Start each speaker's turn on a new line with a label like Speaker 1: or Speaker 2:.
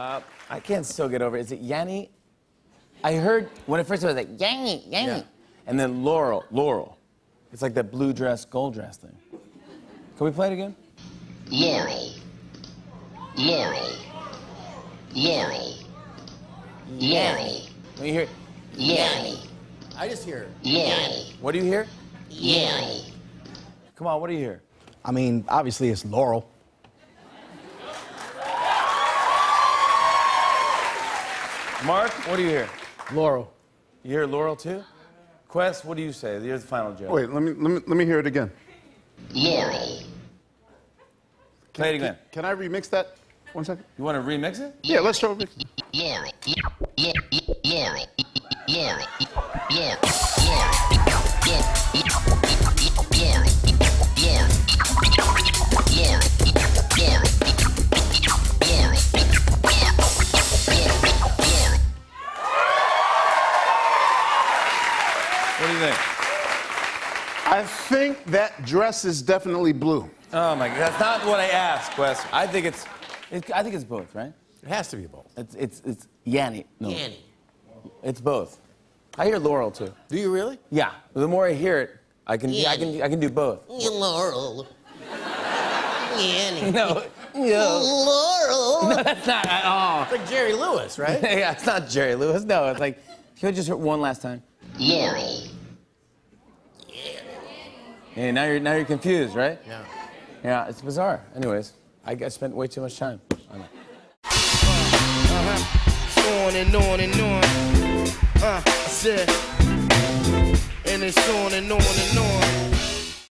Speaker 1: I can't still get over. it. Is it Yanni? I heard when it first started, I was like Yanni, Yanni,
Speaker 2: Yeah.
Speaker 1: and then Laurel, Laurel. It's like that blue dress, gold dress thing. Can we play it again?
Speaker 3: Laurel. Laurel. Laurel. Laurel.
Speaker 1: When you hear,
Speaker 3: Laurel.
Speaker 2: I just hear.
Speaker 3: Laurel.
Speaker 1: what do you hear?
Speaker 3: Laurel.
Speaker 1: Come on, what do you hear?
Speaker 2: I mean, obviously it's Laurel.
Speaker 1: Mark, what do you hear?
Speaker 2: Laurel.
Speaker 1: You hear Laurel too? Quest, what do you say? Here's the final joke.
Speaker 4: Wait, let me, let me let me hear it again.
Speaker 3: Laurel.
Speaker 1: play it again.
Speaker 4: Can I remix that? One second.
Speaker 1: You want to remix it?
Speaker 4: Yeah, let's try remix.
Speaker 3: Laurel. Laurel. Laurel. Laurel. Laurel. Laurel. Laurel.
Speaker 1: What do you think?
Speaker 4: I think that dress is definitely blue.
Speaker 1: Oh my God, that's not what I asked, Quest. I think it's, it, I think it's both, right?
Speaker 2: It has to be both.
Speaker 1: It's it's it's Yanni. No. Yanni. It's both. I hear Laurel too.
Speaker 2: Do you really?
Speaker 1: Yeah. The more I hear it, I can I can I can do both.
Speaker 3: Laurel. Yanny.
Speaker 1: No. No.
Speaker 3: Laurel.
Speaker 1: That's not at all.
Speaker 2: Like Jerry Lewis, right?
Speaker 1: yeah, it's not Jerry Lewis. No, it's like can we just hear it one last time?
Speaker 3: Laurel.
Speaker 1: Yeah. Now you're now you're confused, right?
Speaker 2: yeah.
Speaker 1: Yeah. It's bizarre. Anyways, I, I spent way too much time on it.
Speaker 5: Uh-huh. on and on and on. Uh, I said, and it's on and on and on.